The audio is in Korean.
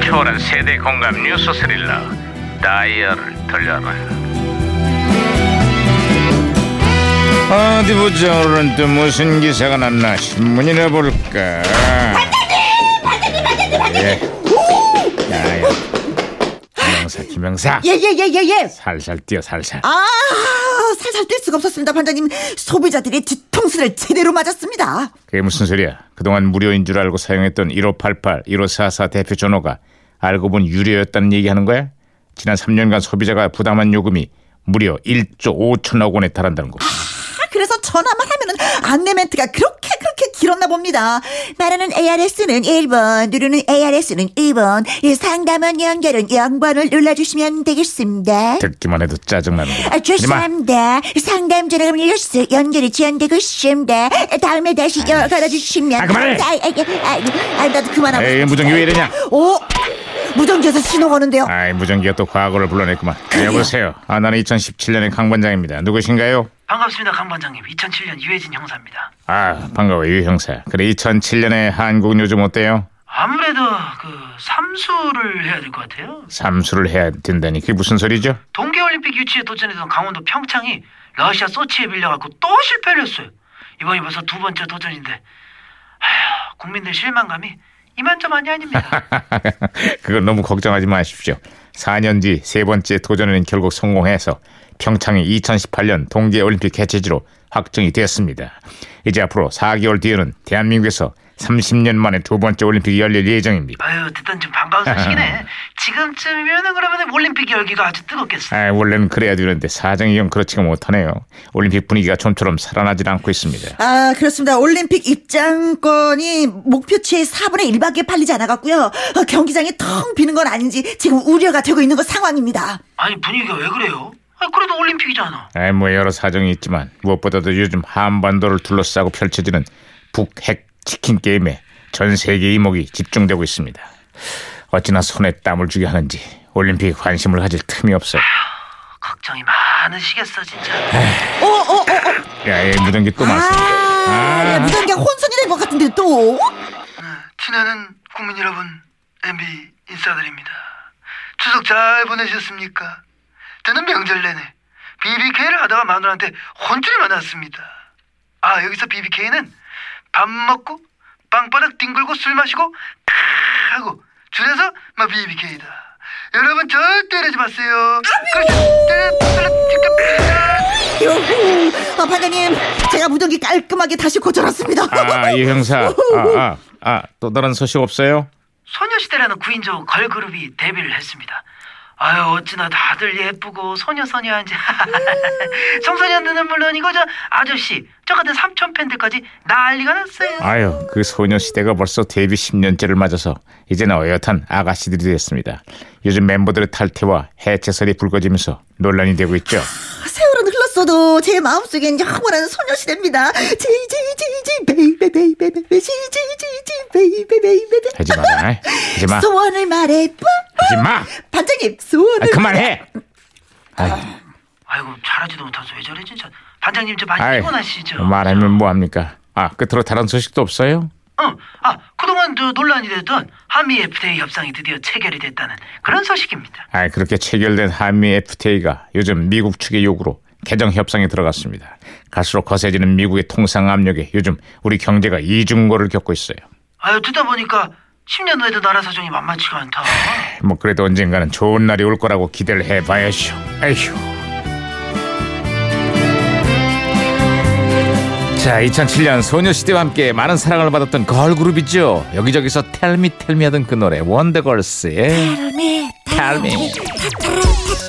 초월한 세대 공감 뉴스 스릴러 다이얼을 돌려라 어디 보자 오늘은 또 무슨 기사가 났나 신문이나 볼까 반장님 반장님 반장님 예. 야야 김영사 김영사 예예예예 예, 예. 살살 뛰어 살살 아 살살 뛸 수가 없었습니다 반장님 소비자들이 뒤통수를 제대로 맞았습니다 아, 그게 무슨 소리야? 그동안 무료인 줄 알고 사용했던 1588, 1544 대표 전화가 알고 본 유료였다는 얘기하는 거야? 지난 3년간 소비자가 부담한 요금이 무려 1조 5천억 원에 달한다는 거. 아, 그래서 전화만 하면은 안내 멘트가 그렇게 그렇게 길었나 봅니다 말하는 ARS는 1번 누르는 ARS는 2번 이 상담원 연결은 0번을 눌러주시면 되겠습니다 듣기만 해도 짜증나는 거. 아, 죄송합니다 상담 전화가 밀렸어 연결이 지연되고 있습니다 다음에 다시 여- 걸어주시면 아, 그만해. 아, 아, 아, 아, 아, 나도 그만하고 에이 무전기 왜 이러냐? 오 무전기에서 신호가 오는데요 아이 무전기가 또 과거를 불러냈구만. 그래요. 여보세요. 아 나는 2017년의 강 반장입니다. 누구신가요? 반갑습니다, 강 반장님. 2007년 유해진 형사입니다. 아 반가워 유 형사. 그래 2007년의 한국은 요즘 어때요? 아무래도 그 삼수를 해야 될 것 같아요. 삼수를 해야 된다니 그게 무슨 소리죠? 동계올림픽 유치에 도전했던 강원도 평창이 러시아 소치에 밀려갖고 또 실패를 했어요. 이번이 벌써 두 번째 도전인데, 아휴, 국민들 실망감이 이만저만이 아닙니다. 그걸 너무 걱정하지 마십시오. 4년 뒤 세 번째 도전에는 결국 성공해서 평창이 2018년 동계올림픽 개최지로 확정이 되었습니다. 이제 앞으로 4개월 뒤에는 대한민국에서 30년 만에 두 번째 올림픽이 열릴 예정입니다. 아유, 듣던 좀 반가운 소식이네. 지금쯤이면은 그러면 올림픽 열기가 아주 뜨겁겠어. 아, 원래는 그래야 되는데 사정이 좀 그렇지가 못하네요. 올림픽 분위기가 좀처럼 살아나질 않고 있습니다. 아, 그렇습니다. 올림픽 입장권이 목표치의 4분의 1밖에 팔리지 않아갔고요. 어, 경기장이 텅 비는 건 아닌지 지금 우려가 되고 있는 건 상황입니다. 아니, 분위기가 왜 그래요? 아, 그래도 올림픽이잖아. 아, 뭐 여러 사정이 있지만 무엇보다도 요즘 한반도를 둘러싸고 펼쳐지는 북핵 치킨 게임에 전 세계 이목이 집중되고 있습니다. 어찌나 손에 땀을 주게 하는지 올림픽 관심을 가질 틈이 없어요. 걱정이 많으시겠어, 진짜. 어, 어, 어, 어. 야, 얘 무전기 또 나왔어. 아, 야, 무전기가 혼선이 된 것 같은데 또? 어, 친애는 국민 여러분, MB 인사드립니다. 추석 잘 보내셨습니까? 저는 명절 내내 BBK를 하다가 마누라한테 혼쭐이 많았습니다. 아 여기서 BBK는 밥 먹고 빵바닥 뒹굴고 술 마시고 캬 하고 줄여서 막 BBK다. 여러분 절대 이러지 마세요. 그렇죠. 요후. 아, 반장님, 제가 무전기 깔끔하게 다시 고쳐놨습니다. 아, 이 형사. 아, 아, 아, 또 다른 소식 없어요? 소녀시대라는 구인조 걸그룹이 데뷔를 했습니다. 아유 어찌나 다들 예쁘고 소녀소녀한지 청소년들은 물론이고 저 아저씨 저 같은 삼촌 팬들까지 난리가 났어요. 아유, 그 소녀시대가 벌써 데뷔 10년째를 맞아서 이제는 어엿한 아가씨들이 됐습니다. 요즘 멤버들의 탈퇴와 해체설이 불거지면서 논란이 되고 있죠. 세월은 흘렀어도 제 마음속엔 영원한 소녀시대입니다. 제이제이제이제 베이베 베이베 베이베 제이제이제이제 베이베 베이베 하지 마. 하지 마. 소원을 말해. 하지 마. 반장님, 소원을 아, 그만해. 아, 아이고 잘하지도 못하면서 왜 저래 진짜 반장님 저 많이 아이, 피곤하시죠? 말하면 뭐 합니까? 아, 끝으로 다른 소식도 없어요? 응, 아 그동안 저 논란이 됐던 한미 FTA 협상이 드디어 체결이 됐다는 그런 소식입니다. 아, 그렇게 체결된 한미 FTA가 요즘 미국 측의 요구로 개정 협상에 들어갔습니다. 갈수록 거세지는 미국의 통상 압력에 요즘 우리 경제가 이중고를 겪고 있어요. 아유 듣다 보니까 10년 후에도 나라 사정이 만만치가 않다. 뭐 그래도 언젠가는 좋은 날이 올 거라고 기대를 해봐야죠. 에휴. 자, 2007년 소녀시대와 함께 많은 사랑을 받았던 걸그룹이죠. 여기저기서 텔미 텔미 하던 그 노래 원더걸스의 네, 텔미. 타타라, 타타라.